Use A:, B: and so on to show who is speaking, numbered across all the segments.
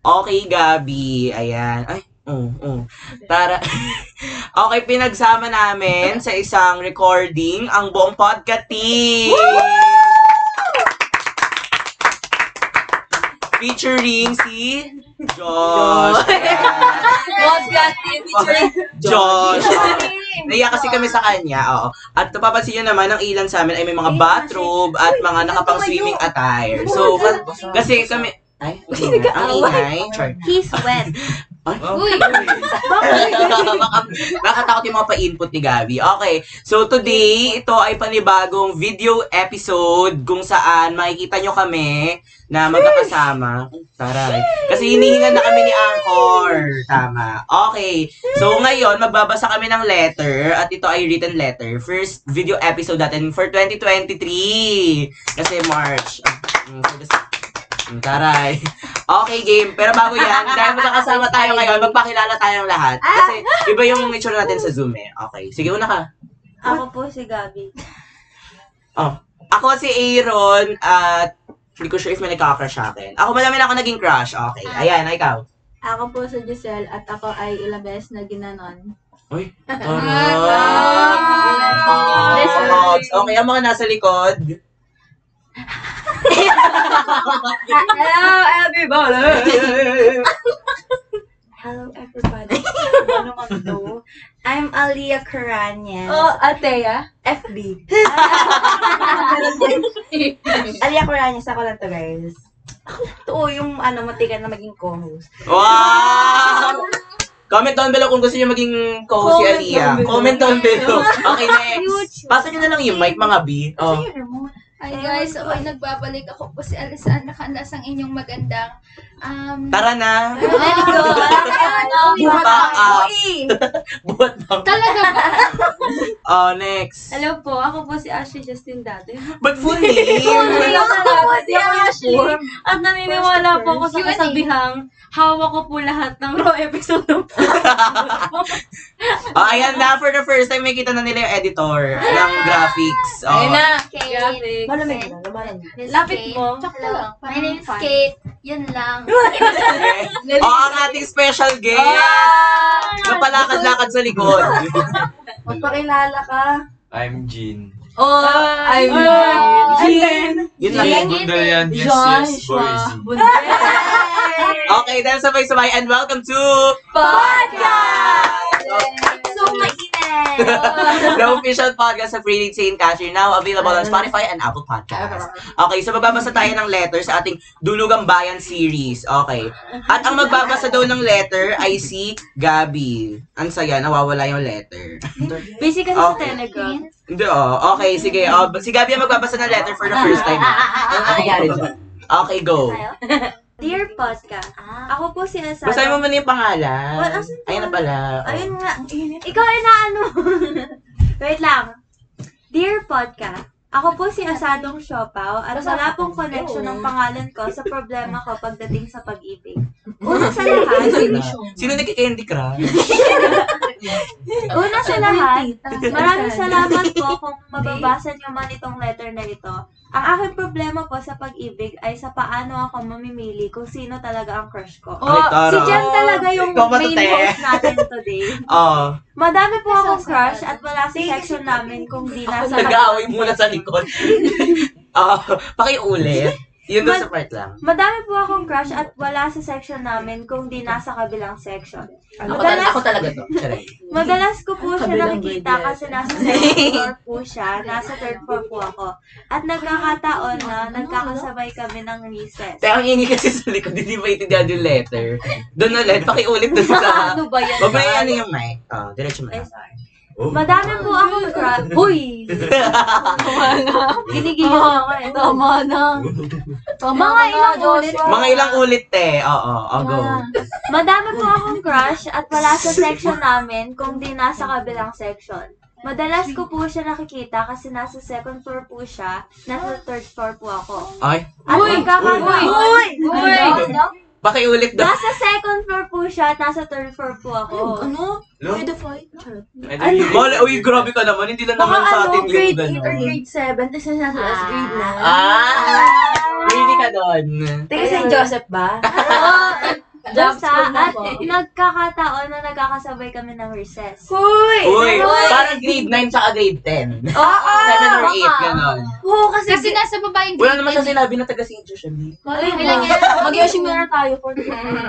A: Okay, Gabi. Ayan. Ay, oo, oo. Tara. okay, pinagsama namin sa isang recording ang buong podcast team. Featuring si Josh. Ayan.
B: Podcast team featuring
A: Josh.
B: Josh.
A: Naiya kasi kami sa kanya, oo. At napapansin nyo naman, ang ilan sa amin ay may mga bathrobe at mga nakapang-swimming attire. So, ka- kasi kami... Ay, ang ingay. ang ingay. Char.
C: He's wet.
B: Uy!
A: Nakatakot yung mga pa-input ni Gabi. Okay, so today, ito ay panibagong video episode kung saan makikita nyo kami na magkakasama. Taray. Kasi hinihingan na kami ni Angkor. Tama. Okay, so ngayon, magbabasa kami ng letter at ito ay written letter. First video episode natin for 2023. Kasi March. Mm, so this- Mm, Taray. Okay, game. Pero bago yan, dahil magkakasama tayo ngayon, magpakilala tayong lahat. Kasi iba yung itsura natin sa Zoom eh. Okay. Sige, una ka.
C: Ako po si Gabi.
A: Ako si Aaron at hindi ko sure if may nagkakrush sa akin. Ako malamin ako naging crush. Okay. Ayan, ikaw.
C: Ako po si Giselle at ako ay ilang beses na ginanon.
A: Taray.
C: Ah.
A: Hogs. Okay, ang mga nasa likod.
B: Hello, everybody!
C: Hello everybody. ano man to? I'm Alia Caranian.
B: Oh, Atea.
C: FB. Alia Caranian, ako lang to guys. Ako lang to, oh, yung ano, matikan na maging co-host.
A: Wow! Comment down below kung gusto niyo maging co-host si
C: Comment down
A: Aliyah.
C: below.
A: Comment down below. Okay, next. Pasa niyo na lang yung mic, mga B. Oh.
C: Ayun, remote.
D: Hi guys, ako ay nagbabalik ako po si Alessandra Candas, ang inyong magandang um,
A: Tara na.
C: Buhat
A: Buhat
C: ako
A: up.
C: eh.
A: Buhat bang?
D: Talaga ba?
A: Oh, next.
C: Hello po, ako po si Ashley Justin dati.
A: But full name.
C: si Ashley. At naniniwala po ako sa
D: Q&A.
C: kasabihang hawak ko po lahat ng raw episode ng
A: oh, ayan na. For the first time, may kita na nila yung editor ng graphics. Oh.
B: Ayun na!
D: Kate.
C: Malamig na, lumalamig. Lapit
D: Kate.
C: mo.
D: Hello. My name is
C: Fun.
D: Kate. Yan lang.
A: Oh, ang ating special guest. Napalakad-lakad sa likod.
C: Magpakilala ka.
E: I'm Jean.
B: Oh, I'm
C: Jean.
A: Yun lang.
D: Jean. Ano?
E: Bundayan, yes, yes, Boise.
A: Okay, dahil sabay-sabay and welcome to
B: Podcast!
C: So, mainit.
A: the official podcast of Reading St. Catherine now available on Spotify and Apple Podcasts. Okay, so magbabasa tayo ng letter sa ating Dulugang Bayan series. Okay. At ang magbabasa daw ng letter ay si Gabi. Ang saya, nawawala yung letter.
C: Busy
A: sa
C: ka sa
A: Okay.
C: Telegram.
A: Hindi, oh. Okay, sige. Oh, si Gabi ang magbabasa ng letter for the first time.
C: Ah,
A: Ano nangyari dyan? Okay, go.
C: Dear Podcast, ako po si Asada.
A: Basahin mo muna yung pangalan.
C: Well, asan to?
A: Ayun na pala. Oh.
C: Ayun nga. Ikaw ay na ano. Wait lang. Dear Podcast, ako po si Asadong Siopaw at wala pong connection ng pangalan ko sa problema ko pagdating sa pag-ibig. Una sa lahat,
A: Sino nagki-candy crush?
C: una sa lahat, maraming salamat po kung mababasa niyo man itong letter na ito. Ang aking problema po sa pag-ibig ay sa paano ako mamimili kung sino talaga ang crush ko.
A: Ay, tara.
C: Oh, Si Jan talaga yung
A: Ikaw ba to,
C: main
A: te?
C: host natin today.
A: Oh,
C: Madami po
D: Nasa
C: akong
D: sa
C: crush
D: ano?
C: at wala sa section namin kung di nasa
A: nag-aaway muna sa likod. Oh, pakiulit. Yun doon sa part lang.
C: Madami po akong crush at wala sa section namin kung di nasa kabilang section.
A: Ako,
C: Madalas-
A: tal- ako talaga to. Charay.
C: Madalas ko po siya
B: Kabilang
C: nakikita
B: grade
C: kasi nasa second floor po siya, nasa third floor po ako. At nagkakataon
B: Ano,
C: na nagkakasabay kami ng recess.
A: Kaya ang ingi kasi sa likod, hindi ba itindihan yung letter? Doon ulit, pakiulit doon sa...
B: Ano ba yan?
A: Huwag may ano yung mic. Oh, diretso mo
C: Ay,
A: na.
C: sorry.
A: Oh.
C: Madami po akong crush. Uy! Ginigil ako eh.
B: Tama na. Tama
C: Mga ilang ulit.
A: Mga ilang ulit, te. Oo, oh, go.
C: Madami po akong crush at wala sa section namin kung di nasa kabilang section. Madalas ko po siya nakikita kasi nasa second floor po siya, nasa third floor po ako.
A: Ay,
C: At
B: Uy!
C: magkakataon,
B: Uy!
D: Uy!
A: pakiulit daw.
C: nasa second floor po siya at nasa third floor po ako.
B: Ano? Uy, the fight.
E: Ano?
A: Mali, uy, grabe ka naman. Hindi lang naman
C: ano,
A: sa
B: ano,
A: ano? atin yung gano'n.
B: 7, tapos nasa last grade na.
C: Ah.
A: Ah! Really Ah, ka doon.
C: Teka, St. Joseph ba?
B: Oo.
C: Basta at eh.
B: Dapat mo
C: nagkakataon na nagkakasabay kami ng recess.
D: Hoy!
A: Uy,
D: Hoy!
A: parang grade 9 tsaka grade 10. 7
C: Oo!
A: or
C: Ah,
B: baka.
A: 8, ganon.
B: Oo, kasi,
D: Kasi nasa baba yung
A: Wala naman siya sinabi na taga St. Josh. ano eh.
B: Malay
D: Bilang
B: mo.
D: yan.
B: Mag-yoshimura tayo for the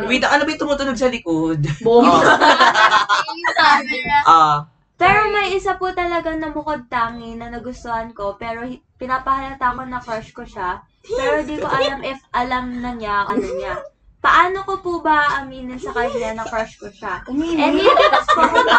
A: Wait, ano ba yung tumutunog sa likod?
B: Boom.
A: Ah,
D: yung camera.
A: ah,
C: Pero may isa po talaga na mukod tangi na nagustuhan ko, pero hi- pinapahalata ko na crush ko siya. Pero di ko alam if alam na niya o ano niya. Paano ko po ba aminin sa kanya na crush ko siya? Any tips po kung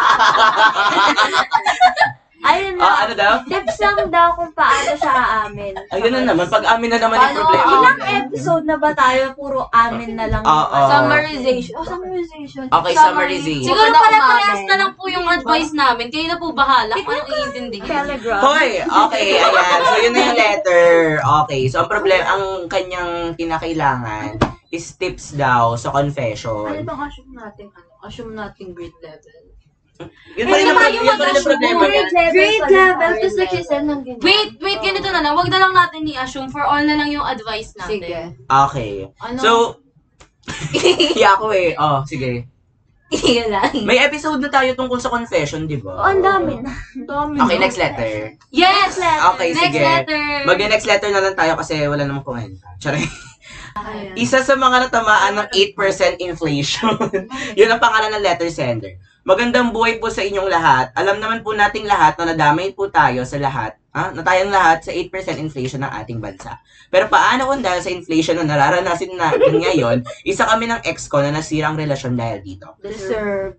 C: Ayun
A: ah,
C: lang.
A: ano daw?
C: Tips lang daw kung paano siya aamin.
A: Ayun na naman, pag amin na naman
C: Ano?
A: yung
B: Paano
A: problema. Ah,
C: Ilang episode na ba tayo puro amin na lang? ah,
A: Oo.
B: Summarization. Oh, summarization.
A: Okay, summarization.
F: Siguro
B: Huwag ka
F: pala
B: na umamin.
C: eh.
F: parehas na lang po yung advice namin. Kayo na po bahala kung ano iintindihin.
C: Telegram.
A: Hoy, okay, ayan. So, yun na yung letter. Okay, so ang problema, ang kanyang kinakailangan is tips daw sa
B: Ano
A: confession.
B: bang assume natin? Ano? Assume natin grade level.
A: Yun pa rin ang
F: Ay,
A: yun pa rin ang problema.
C: Grade level.
B: Grade
C: pala.
B: level. Tapos nagsisend ng ganyan.
F: Wait, wait, ganito na lang. Huwag na lang natin i-assume for all na lang yung advice natin.
B: Sige.
A: Okay.
B: Ano?
A: So, iya ako eh. Oh, sige.
B: yun lang.
A: May episode na tayo tungkol sa confession, di ba?
C: Oo, Oh, ang dami na.
B: Dami
A: Okay,
B: na.
A: next letter.
F: Yes!
A: Okay,
F: Next
A: sige.
F: letter.
A: Mag-next letter na lang tayo kasi wala namang kumenta. Charay.
B: Ayan.
A: Isa sa mga natamaan ng 8% inflation. Yun ang pangalan ng letter sender. Magandang buhay po sa inyong lahat. Alam naman po nating lahat na nadamay po tayo sa lahat, ha? na tayong lahat sa 8% inflation ng ating bansa. Pero paano kung dahil sa inflation na nararanasin natin ngayon, isa kami ng ex ko na nasirang relasyon dahil dito.
B: Deserve.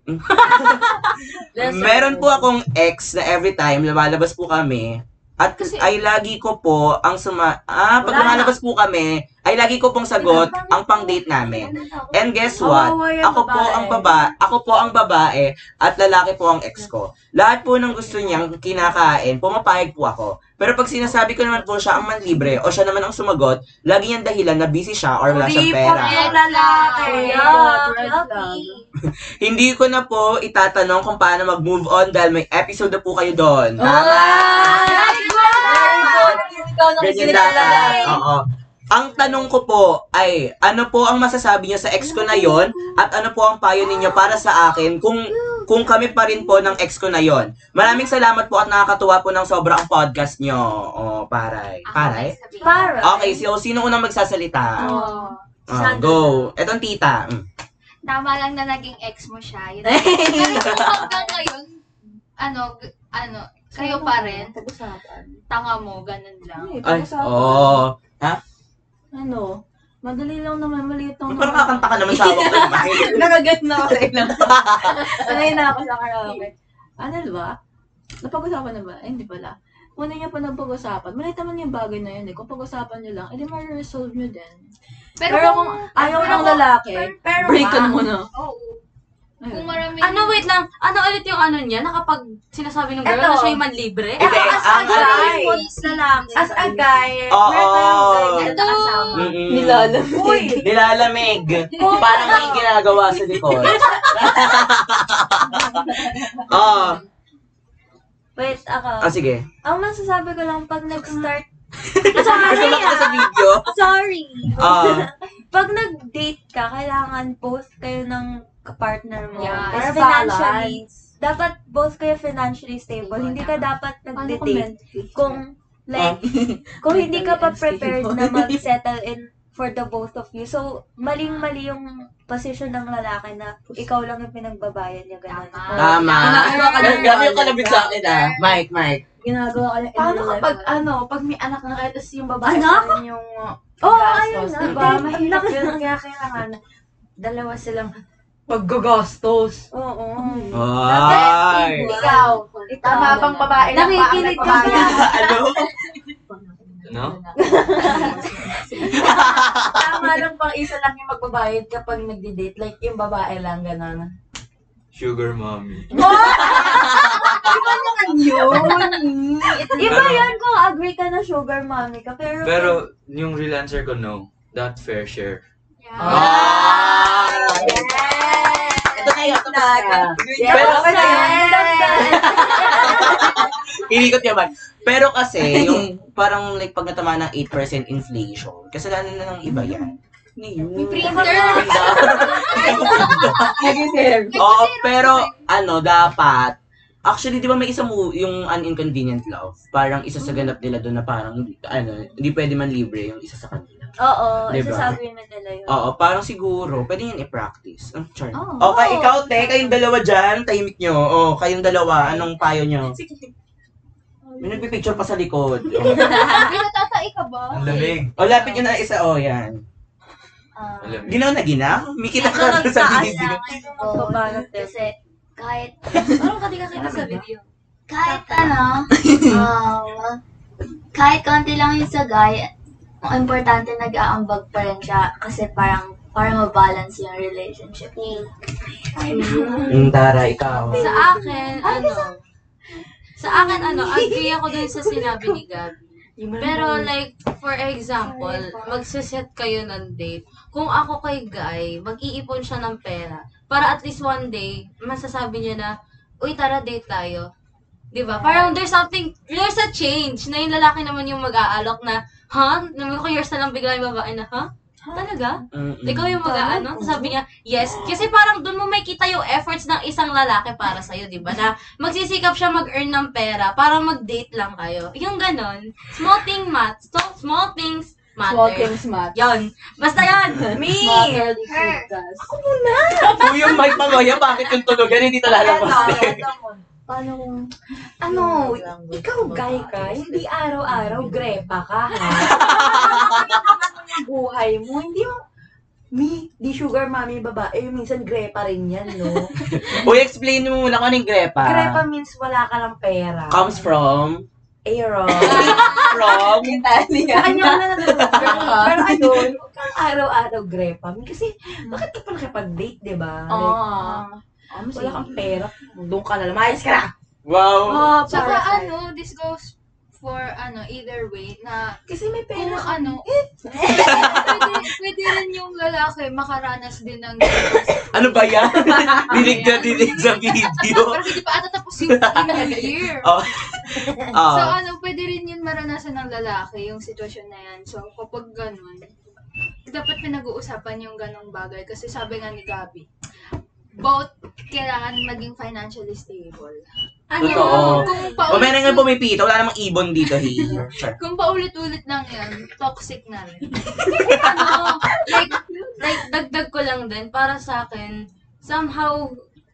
A: Meron po akong ex na every time lumalabas po kami at ay lagi ko po ang suma ah pag
B: Wala
A: lumalabas po kami ay lagi ko pong sagot ang pang-date namin. And guess what?
B: Kawawa yung
A: Ako po
B: Oh, babae.
A: ang baba, ako po ang babae at lalaki po ang ex ko. Lahat po ng gusto niyang kinakain, pumapayag po ako. Pero pag sinasabi ko naman po siya ang manlibre o siya naman ang sumagot, lagi niyang dahilan na busy siya or wala siyang pera.
C: lalaki.
B: Yuck, yuck.
A: Hindi ko na po itatanong kung paano mag-move on dahil may episode na po kayo doon.
B: Very good! Very good. Ikaw na
A: Ganyan dapat. Oo. Ang tanong ko po ay, ano po ang masasabi niyo sa ex ko na yon at ano po ang payo ninyo para sa akin kung kung kami pa rin po ng ex ko na yon. Maraming salamat po at nakakatuwa po ng sobra ang podcast niyo. Oh, paray. Paray?
C: Para.
A: Okay, so sino unang magsasalita?
D: Oo.
A: Oh, go. Etong tita. Mm.
D: Tama lang na naging ex mo siya. Yun. Pero kung hanggang ngayon, ano, g- ano, kayo pa rin,
B: Pag-usapan.
D: tanga mo, ganun
B: Ay,
D: lang.
A: Ay, oh.
B: pag-usapan.
A: oo.
B: Ano? Madali lang naman, maliit lang.
A: Parang kakanta ka naman sa hawak ko. eh,
B: Nakagat na ako. Sanay na ako sa karaoke. Ano ba? Napag-usapan na ba? Ay, hindi pala. Una niya pa napag-usapan. Maliit naman yung bagay na yun eh. Kung pag-usapan niyo lang, edi ma-resolve niyo din.
D: Pero,
B: Pero
D: kung,
B: kung ayaw
D: pero
B: ng
D: kung-
B: lalaki,
D: pero,
B: breakan mo na.
D: Oo. Kung
B: Ayun.
D: marami,
F: Ano, wait lang. Ano ulit yung ano niya? Nakapag sinasabi ng girl
C: Eto.
F: na siya yung manlibre?
A: Hindi, ang
C: as a
A: ano-
C: guy, as a guy,
A: Oo.
C: meron kayong guy na
D: Ito.
C: kasama.
A: Mm-mm.
B: Nilalamig.
C: Uy!
A: Nilalamig. Parang may ginagawa sa likod. Oo.
C: Wait,
A: Oh, Ah,
C: ako.
A: sige.
C: Ang masasabi ko lang, pag nag-start,
A: Gusto lang kita sa video.
C: Oh, sorry.
A: Ah.
C: pag nag-date ka, kailangan both kayo ng partner mo.
D: Yeah.
C: Kasi
B: Para
C: financially, dapat both kayo financially stable.
B: Stable
C: Hindi
B: na.
C: ka dapat
B: Paano
C: nag-date
B: comment?
C: kung like kung hindi ka pa prepared na mag-settle in for the both of you. So, maling-mali yung position ng lalaki na ikaw lang yung pinagbabayan niya. Ganun.
A: Tama.
B: Ginagawa ka
A: Ang
B: ng-
A: gabi yung kalabit sa akin ah. Mike, Mike.
B: Ginagawa ka ng-
G: Paano kapag ano, pag may anak na kayo, tapos yung babae
C: Anak?
G: pa rin yung uh,
C: Oo, ayun
G: gastos,
C: na.
G: diba?
C: Ang
G: Mahirap
C: laki-
G: yun, kaya kailangan dalawa silang paggagastos.
C: Oo.
A: Ay.
G: Ikaw, tama bang babae lang ba ang
C: Nakikinig ka
G: nagbabayad?
C: ba?
A: Ano?
E: Ano?
G: Tama lang bang isa lang yung magbabayad kapag nagdi-date? Like yung babae lang, gano'n.
E: Sugar mommy.
C: Iba yan kung agree ka na sugar mommy ka. Pero,
E: Pero yung real answer ko, no. Not fair share.
D: yeah.
A: Ah. Ito na yun. Tapos na. Pero
G: okay na yun.
A: Ilikot yaman. Pero kasi, yung parang like pag natama ng 8% inflation, kasalanan na ng iba yan. Hindi yun.
D: May printer.
A: Hindi ako
G: Negative.
D: Kasi
A: Oo,
D: zero
A: pero
D: naman.
A: ano, dapat, actually, di ba may isang mo- yung an inconvenient love? Parang isa sa ganap nila doon na parang, ano, hindi pwede man libre yung isa sa kanila.
C: Oo,
A: Diba?
C: isasabi mo nila yun.
A: Oo, parang siguro, pwede yun i-practice. Ang charm.
D: Oh.
B: Oo.
A: okay, ikaw, te, kayong dalawa dyan, tahimik nyo. Oh, kayong dalawa, anong payo nyo? May nagpipicture pa sa likod. O,
D: Hindi natatai ka ba?
E: Ang lamig.
A: lapit nyo na isa, oh, yan.
D: Ah,
E: Ang lamig.
A: Ginaw na ginaw? May kita
C: Ito
A: ka sa
C: nagtaas
A: video.
C: lang. Ito magbabanat yun.
D: kasi kahit,
G: Parang ka di ka kita sa video.
D: kahit ano, um, kahit konti lang yung sagay, ang importante nag-aambag pa rin siya kasi parang para ma-balance yung relationship.
A: Mm, Tara, ikaw.
F: Sa akin, ano, sa akin, ano, agree ako dun sa sinabi ni Gabi. Pero like, for example, magsiset kayo ng date. Kung ako kay Guy, mag-iipon siya ng pera. Para at least one day, masasabi niya na, uy, tara date tayo. 'Di ba? Parang there's something, there's a change na yung lalaki naman yung mag-aalok na, ha? Naman ko years na lang bigla yung babae na, ha? Talaga?
A: Mm-mm.
F: Ikaw yung mag-ano, sabi niya, yes. Kasi parang doon mo makita yung efforts ng isang lalaki para sa'yo, di ba? Na magsisikap siya mag-earn ng pera para mag-date lang kayo. Yung ganon. Small thing mat. So, small things matter.
B: Small things matter.
F: Yun. Basta yun. Me!
B: Matter the podcast.
A: Kung yung mic pagoya, bakit yung tulogan hindi talalabas?
G: Paano kung...
B: Ano,
G: Ikaw, guy ka, hindi araw-araw grepa ka, ha? Ang buhay mo, hindi mo... Me, di sugar mommy babae, minsan grepa rin yan, no?
A: Uy, explain mo muna kung ano yung grepa.
G: Grepa means wala Ah. ka lang pera.
A: Comes from?
G: Aaron.
A: From?
G: Kanya na natutunan. Pero ano, huwag kang araw-araw grepa. Kasi, bakit ka pa nakipag-date, di ba? Like,
B: Ah. Ano
G: wala kang pera. Doon ka na lang. Mayos ka na!
A: Wow.
G: Ah,
B: Oh,
D: Tsaka
B: para sa-
D: ano, this goes for ano, either way na
G: Kasi may
D: kung
G: pera.
D: ano, pwede, pwede rin yung lalaki makaranas din ng
A: Ano ba yan? dinig na dinig sa video.
D: Pero hindi pa ata tapos yung yung year.
A: Oh.
D: So
A: Oh.
D: ano, pwede rin yun maranasan ng lalaki yung sitwasyon na yan. So kapag ganun, dapat pinag-uusapan yung ganong bagay. Kasi sabi nga ni Gabi, both kailangan maging financially stable.
F: Ano?
A: Ah, Totoo.
D: Kung
A: O meron nga
D: paulit-ulit,
A: pumipita, wala namang ibon dito, hey. Sure.
D: kung paulit-ulit lang yan, toxic na rin.
F: ano, like, like, dagdag ko lang din, para sa akin, somehow,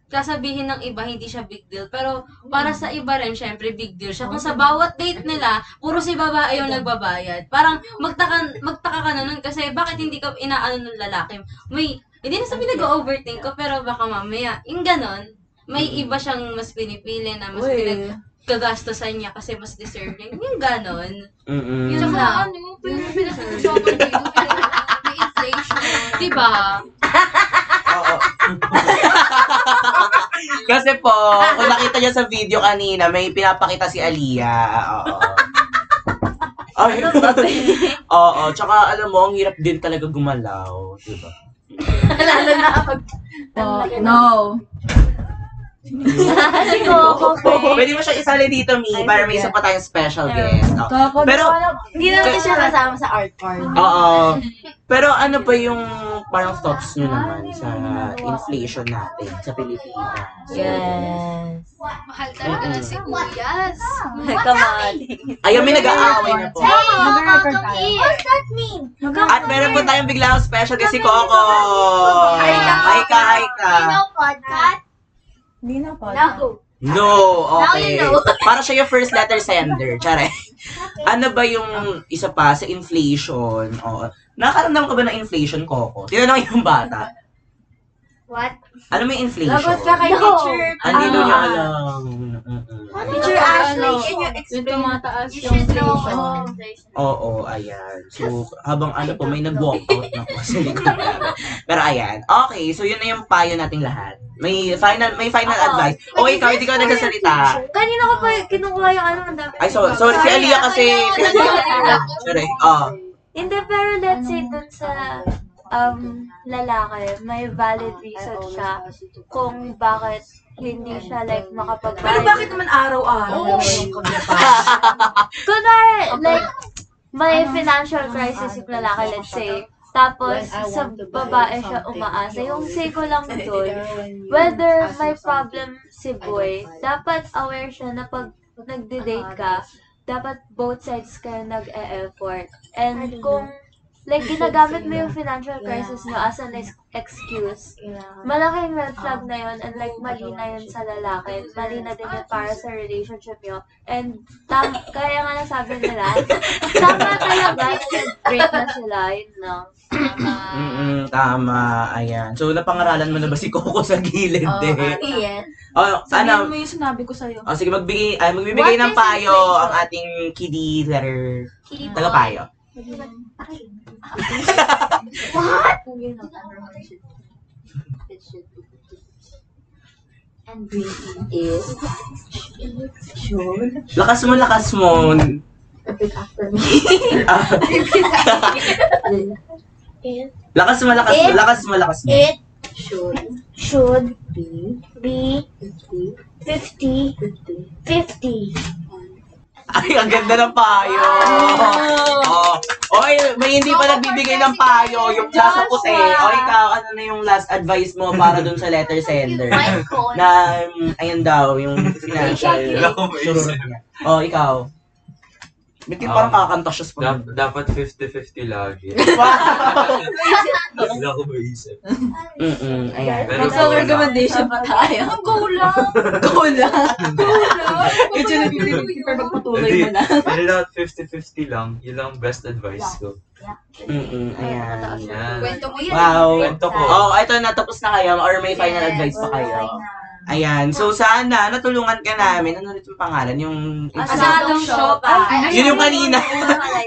F: sasabihin ng iba, hindi siya big deal. Pero, para sa iba rin, syempre, big deal siya. Kung sa bawat date nila, puro si babae yung nagbabayad. Parang, magtaka, magtaka ka na nun kasi, bakit hindi ka inaano ng lalaki? May, hindi na sabi nag-overthink ko, pero baka mamaya, yung ganon, may iba siyang mas pinipili na mas
G: Uy.
F: pinagkagastosan niya kasi mas deserving. Yung ganon.
A: Mm-mm.
F: Yun
D: Tsaka
F: lang.
D: ano, pero pinag-uusapan ko yun. May inflation.
F: Diba?
A: Oo. Kasi po, kung nakita niya sa video kanina, may pinapakita si Aliyah. Oo. Ay,
D: Ano
A: Oo, tsaka alam mo, ang hirap din talaga gumalaw, di ba?
G: Lalo na kapag...
B: Oh, no.
G: Kasi ko,
A: Pwede mo siya isali dito, Mi,
G: Ay,
A: para may isa
G: sige.
A: pa tayong special guest. Oo.
B: Kako,
A: Pero-
G: Hindi na natin siya kasama sa art form.
A: Oo. Pero ano ba yung parang thoughts nyo naman sa inflation natin sa Pilipinas?
G: Yes.
D: Mahal talaga
A: Mm.
D: ng sibuyas.
C: Kamali.
A: Ayun, may nag-aaway na po.
G: oh,
B: Nag-record tayo.
A: At meron po tayong bigla ang special guest si Coco. Hi ka, hi ka, hi ka.
D: podcast?
B: Hindi na po.
A: No,
D: Now
A: okay.
D: you know.
A: Para siya yung first letter sender. Tsare. Ano ba yung isa pa sa inflation? O, nakaramdam ka ba ng inflation, Coco? Tinanong yung bata.
D: What?
A: Ano may inflation?
G: Lagot ka kay
D: No.
G: teacher.
A: Hindi
D: Ah.
F: Ano?
A: na niya alam. Mm-mm.
G: Teacher Ashley, can you
F: Yung
G: explain?
F: tumataas
D: You
F: yung
D: should know.
F: inflation.
A: Oo, ayan. So, habang ano po, may nag-walkout na po sa likod. Pero ayan. Okay, so yun na yung payo nating lahat. May final may final
C: Oo.
A: advice. O ikaw, hindi ka nagsasalita.
C: Kanina ko pa
G: Ah.
C: kinukuha yung ano, ang dami.
A: Ay, so, sorry. Si Alia
B: ah.
A: kasi. Sorry. Oh.
C: Hindi, pero let's say dun sa um, lalaki, may valid reason siya kung bakit hindi siya like makapagbayad.
G: Pero bakit naman araw-araw?
D: Oo.
G: yung kagrepa? Ano?
C: Kunwari, like, may financial crisis yung lalaki, let's say, Tapos,
B: When I
C: sa
B: want to buy
C: babae siya
B: something,
C: umaasa.
B: you
C: Yung
B: always-
C: say ko lang doon,
B: Whether
C: whether may problem si
B: buy.
C: boy,
B: Ah,
C: dapat aware siya na pag nagde-date ka, dapat both sides kayo nag-e-effort.
B: I
C: And
B: don't
C: kung, like,
B: should say
C: ginagamit mo yung
B: that.
C: financial
B: Yeah.
C: crisis nyo as an ex- excuse,
B: Yeah.
C: malaking red
B: Um,
C: flag na yun and like mali na yun sa lalaki.
D: Losers.
C: Mali na din
D: Ah,
C: yun para sa relationship nyo. And tam kaya nga nasabi nila, tama talaga break na sila, yun lang.
A: Mm-mm, tama. Ayan. So, napangaralan mo na ba si Coco sa gilid
B: Oo,
A: eh?
B: ate.
G: Iyan.
A: Oh,
B: Sabihin
A: ano?
B: mo yung sinabi ko sa'yo.
A: Oh, sige, magbigay, ay, magbibigay
C: What
A: ng
C: is
A: payo
C: inflation?
A: ang ating kiddie letter.
C: Kiddie
A: Taga payo.
G: Is. Sure.
A: Lakas mo, lakas mo.
G: Repeat after me.
A: Ah, lakas mo, lakas mo, lakas mo, lakas mo.
H: It
G: Should
H: should
G: be
H: be
G: 50,
H: 50 50.
G: 50.
A: Ay, ang ganda ng payo. Oh. Oy, may hindi pa nagbibigay ng payo. Yung last ko eh. O ikaw, ano na yung last advice mo para dun sa letter sender? Na, mm, ayun daw, yung financial. Sururot niya. Oh, ikaw. Ba't yung parang kakanta siya sa
E: Dap- dapat 50-50 lagi.
A: Wow!
E: Wala ko maisip.
A: Mm-mm, ayan.
E: Pero
B: Nasa
E: go lang.
B: recommendation pa tayo.
D: Ang go lang!
B: Go lang.
D: Go
B: Medyo
D: lang!
B: nag- pero magpatuloy
E: Hindi.
B: mo na.
E: Pero dapat 50-50 lang. Yun lang best advice ko.
A: Mm-mm, ayan.
E: Yan.
D: Kwento mo yan.
A: Wow.
E: Kwento ko.
A: Oh, ito, natapos na kayo. Or may final
D: Yes.
A: advice pa kayo. Ayan. So, sana natulungan ka namin. Ano ulit yung pangalan? Yung...
D: Ah,
A: Ano?
F: Asadong siopa.
D: Ay, ay,
A: Yun yung
D: sorry.
A: kanina.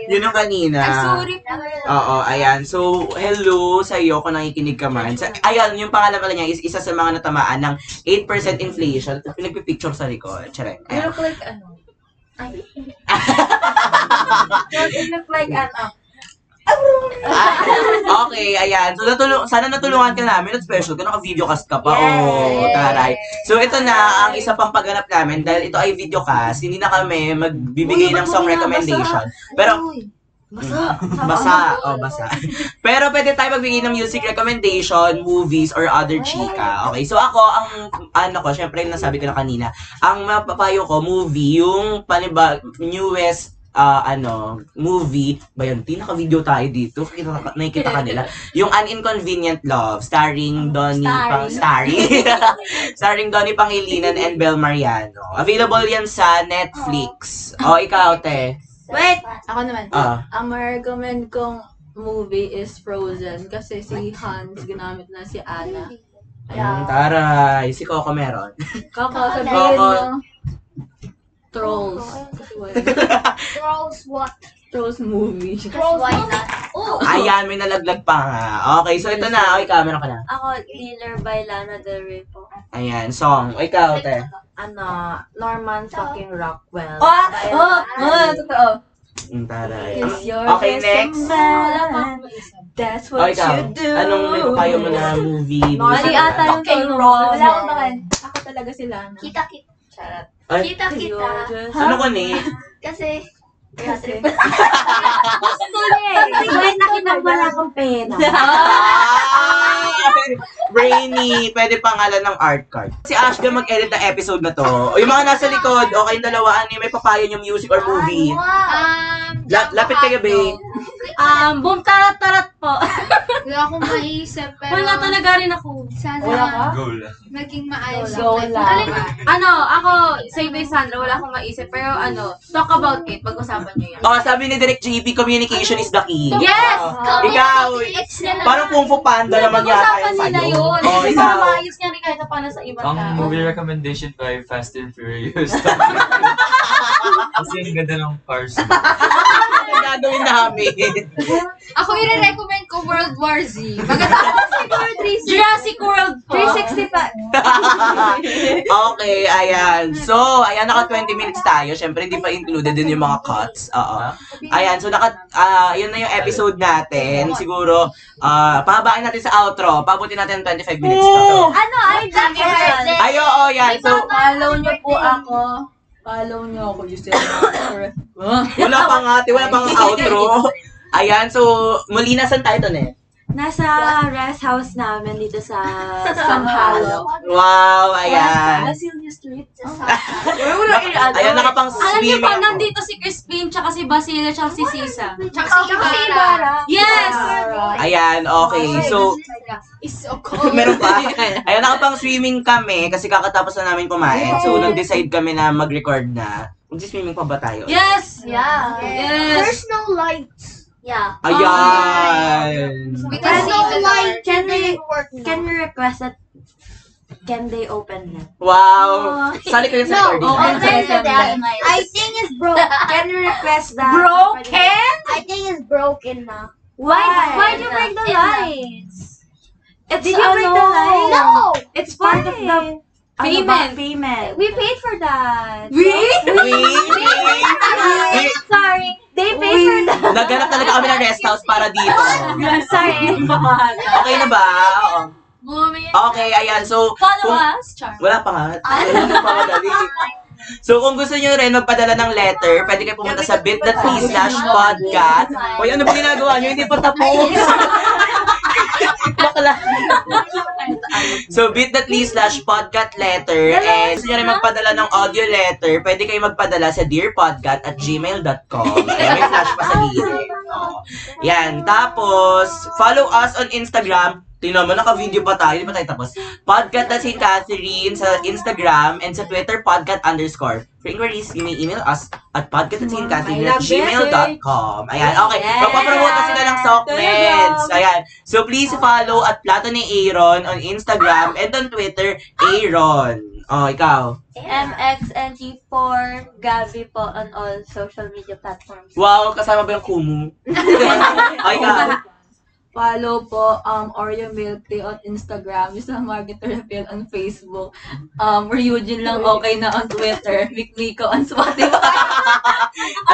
A: Yun yung kanina.
D: Ay, sorry po.
A: Oo, ayan. So, hello sa iyo kung nakikinig ka man. Sa, ayan, yung pangalan pala niya is isa sa mga natamaan ng 8% inflation. Pinagpipicture sa likod. Tsare. Ayan.
G: look like ano? You look like ano?
A: Ah, okay, ayan. So, natulung, sana natulungan ka namin. Not special. Kung naka-videocast ka pa. Oo, taray. So, ito na ang isa pang pagganap namin. Dahil ito ay videocast, hindi na kami magbibigay
B: Uy,
A: ng song
B: bago na,
A: recommendation. Pero,
B: Basa.
A: Basa, oh, basa. Pero pwede tayo magbigay ng music recommendation, movies, or other chika. Okay, so ako, ang ano ko, syempre yung nasabi ko na kanina, ang mapapayo ko, movie, yung paniba, newest ah, ano, movie, ba yun, tinaka-video tayo dito, kita, nakikita ka nila. Yung An Inconvenient Love, starring Donnie, Pang, starring, starring Donnie Pangilinan and Bel Mariano. Available yan sa Netflix. O, ikaw, te.
C: Wait!
B: Ako naman.
A: Ah,
B: Ang ma-recommend kong movie is Frozen kasi si Hans ginamit na si Anna.
A: ayun, Mm, taray. Si Coco meron.
B: Kako, sabihin
A: Coco.
B: mo. Trolls. Kasi wala.
H: Girls, what?
B: Trolls movie.
H: Girls, why not? Oh!
A: Ayan, may nalaglag pa nga. Okay, so ito na. Okay, camera ka na.
C: Ako, Dealer by Lana Del Rey po.
A: Ayan, song. O ikaw, te.
G: Ano? Norman fucking Rockwell.
B: Oh, ah, oh, oh, totoo.
A: Ang Mm, taray.
B: Is your
A: Okay, next.
B: best man. That's
A: O
B: what
A: ikaw,
B: you do.
A: anong may papayo mo na movie?
C: Mali
A: music?
C: ata yung
B: Fucking
C: tulong.
B: Rose. Wala
C: Wala
B: akong
C: akong
B: bakit. Ako talaga sila. no?
H: Kita kita.
A: Ay.
H: Kita kita.
A: So,
F: ah.
A: Ano ko ni?
H: Kasi,
B: Kasi-
G: Wait, nakita wala akong pena.
A: Ah! Brainy, pwede pangalan ng art card. Si Ashga mag-edit ng episode na to. O yung mga nasa likod, okay, yung dalawa, ano, may papayo yung music or movie.
H: Wow!
D: Um,
A: La- lapit kayo, babe.
F: Um, boom tarat tarat po.
D: Wala akong maisip, pero...
F: Wala talaga rin ako.
D: Sana
B: Wala ka?
E: Go lang.
D: maging maayos
B: Go
D: ang
B: lang.
D: life. Alam mo,
F: Ano, ako, same by Sandra, wala akong maisip. Pero ano, talk about it. Pag-usapan nyo yan.
A: O, sabi ni Direct JP, communication is the key.
F: Yes!
A: Oh. Ikaw, parang Kung Fu Panda naman yata yung
F: Pag-usapan nila
A: sayo. O,
F: yun. Kasi
A: ikaw.
F: para maayos nga rin kahit na paano sa ibang
E: Ang
F: tao.
E: movie recommendation ko ay Fast and Furious. Kasi ang ganda ng cars.
A: Ang gagawin namin.
D: Ako yung recommend ko World War Z. Magkatapos siguro 3
F: Jurassic World po.
C: 365.
A: okay, ayan. So, ayan, naka 20 minutes tayo. Siyempre, hindi pa included din yung mga cuts. Oo. Ayan, so naka, ah, yun na yung episode natin. Siguro, ah, pahabaan natin sa outro. Pabutin natin 25 minutes na to.
C: Ano, ay, Jack Wilson.
A: Ay, oo, yan. So,
B: Follow niyo po ako. Follow niyo ako. Just yun.
A: wala pang ate, wala pang outro. Ayan, so, muli na saan tayo eh? to, Net?
C: Nasa rest house namin dito sa Sampalo.
B: Sampalo.
A: Wow, ayan.
G: Silvia Street.
C: Wala
A: Nak- Ayan, nakapang
F: Alam niyo pag
A: swimming.
F: nandito si Crispin, tsaka si Basile, tsaka si Sisa.
D: Tsaka si Ibarra.
F: Yes!
A: Ayan, okay. So,
D: Is of course.
A: meron pa. Ayan, nakapang swimming kami kasi kakatapos na namin kumain. So, nag-decide kami na mag-record na. Mag-swimming pa ba tayo?
F: Yes!
H: Yeah.
F: Yes!
H: There's no lights. Yeah.
A: Ayan!
D: We can
H: There's
D: see
H: no
D: the
H: light.
D: dark.
H: Can they work
C: Can we request that can they open them?
A: Wow! Sali kayo sa recording.
H: No, oh,
A: ha?
H: okay. I think it's broke.
C: Can we request that?
G: Broken?
H: I think it's broken now.
C: Why?
G: Why?
C: Why do you break the
H: It's not-
C: lights? It's
G: Did you break the
C: ano,
G: lights?
H: No.
C: It's part of the ano ba,
F: Payment.
C: payment. We paid for that.
A: Wait!
C: Sorry. They paid for that.
A: Naghanap talaga kami ng rest house para dito.
C: Sorry.
A: Okay na ba? Oo.
F: Bumi.
A: Okay, ayan. So, Kung-
F: Follow us, Char.
A: wala pa nga. Wala pa nga, dali. So, kung gusto nyo rin magpadala ng letter, pwede kayo pumunta sa bit.ly slash podcast. Uy, ano ba ginagawa nyo? Hindi pa tapos. Bakla. so, bit.ly slash podcast letter. And gusto nyo rin magpadala ng audio letter, pwede kayo magpadala sa dearpodcast at gmail.com. Ayan, may flash pa sa gilid. Oo. Yan. Tapos, follow us on Instagram. Tingnan mo, naka-video pa tayo. Hindi pa tayo tapos. Podcast na si Catherine sa Instagram and sa Twitter, podcast underscore. For inquiries, you may email us at podcast at gmail.com. Ayan, okay.
F: Yes.
A: Magpapromote na sila ng Sockmeds. Ayan. So, please follow at Plato ni Aaron on
B: Ah!
A: Instagram and on Twitter, Aaron. Oh, ikaw.
C: MXNT4 Gabi po on all social media platforms.
A: Wow, kasama ba yung Kumu? oh, ikaw.
B: Follow po um, Oreo Milk Tea on Instagram, Miss Margaret Rapel on Facebook, um, Ryujin lang okay na on Twitter, Mikmiko on Spotify.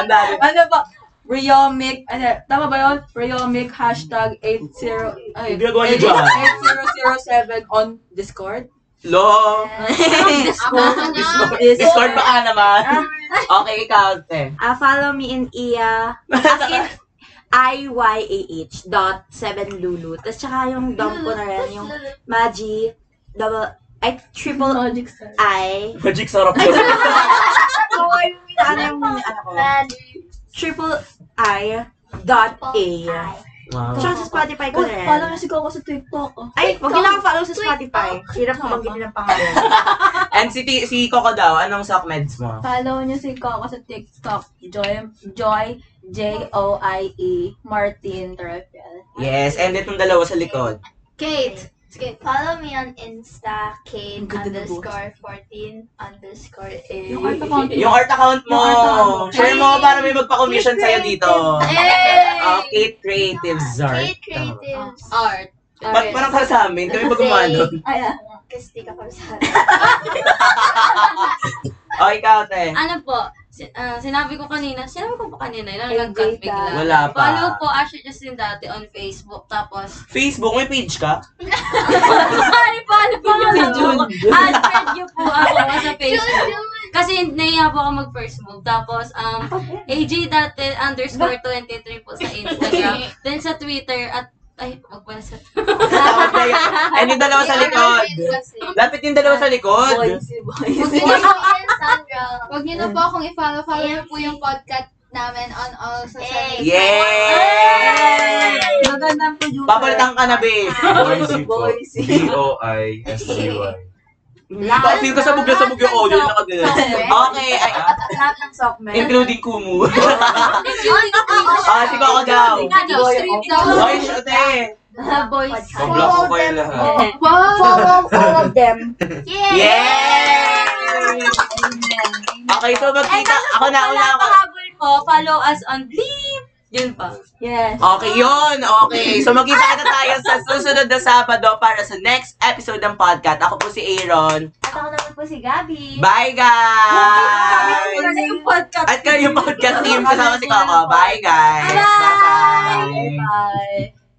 A: Ang dami.
B: ano ba? Ryomic, ano, tama ba yun? Ryomic hashtag 80, ay,
A: Hindi nagawa niyo dyan.
B: 8007 on Discord.
A: Lo.
D: Abangan na.
A: Discord pa ka naman. Okay, ikaw, te.
C: Ah, follow me in Iya. As in, I-Y-A-H dot 7 Lulu. Tapos tsaka yung dom ko na rin, yung Maji double, I triple
B: Logic Star.
C: I.
A: Magic sarap ko.
C: Oo, yung ano yung ano ko. Triple I dot A.
A: Wow.
C: Tsaka sa Spotify ko
B: Oh,
C: na
B: follow
C: rin.
B: niyo si Coco sa TikTok. Oh.
C: Ay, huwag nila akong follow sa Spotify. Hirap ko magiging ng pangalan.
A: And si, Ti- si Coco daw, anong sock meds mo?
B: Follow niyo si Coco sa TikTok. Joy, Joy, J-O-I-E, E, Martin Terrapel.
A: Yes, and itong dalawa sa likod.
D: Kate.
H: Okay, follow me on Insta, Kate
B: Ang ganda ng buhok.
H: underscore 14 underscore
B: Yung
H: A.
B: art account.
A: Yung art account mo!
B: Yung art account mo.
A: Share mo para may magpa-commission sa'yo dito.
D: Hey!
A: Okay, Ah, creative czar.
H: Kate Creatives.
F: Art.
A: Pa- parang para sa amin, kami pa gumawa nun.
B: Ayan.
H: Kasi di ka kami sa
A: Oh, ikaw, te.
F: Ano po, si- ah, sinabi ko kanina, sinabi ko pa kanina, yun,
C: Invita.
F: nag-cut bigla.
A: Wala pa.
F: Follow po Asher Justin dati on Facebook, tapos,
A: Facebook, may page ka?
F: sorry, follow po ako. Alfred niyo po ako sa Facebook. Kasi nahiya po ako mag-first move. Tapos, um,
A: Ah,
F: AJ dati eh, underscore 23 po sa Instagram. Then sa Twitter at, ay, wag pala sa
A: Tawag na yan. And yung dalawa sa likod. Lapit yung dalawa sa
B: Boy,
A: likod.
B: si Boy.
D: Huwag niyo na-
H: Sandra.
D: Huwag niyo na po akong i-follow. Follow niyo po yung podcast namin on all social media.
A: Yes!
B: Magandang producer.
A: Papalitan ka na, babe.
E: Boise po.
B: Boise.
E: B-O-I-S-E-Y.
A: Ba, feel ko sabog na sabog yung audio na Okay, ay,
C: Lahat ng sock men.
A: including Kumu. Ah, si Coco daw. oh. Oy, shate.
C: Boys.
E: Pablock ko kayo lahat.
A: oh,
H: Follow all of them.
A: Yes! Okay, so magkita. Ako na, una
F: Wala
A: ako.
F: pahabol po, follow us on Bleep! Yun pa.
B: Yes.
A: Okay yun. Okay. So magkita kita tayo sa susunod na Sabado para sa next episode ng podcast. Ako po si Aaron.
C: At ako naman po si Gabi.
A: Bye, guys!
C: Wala yung podcast.
A: At kayo yung podcast team kasama si Coco. Bye, guys! Bye-bye!
C: Bye.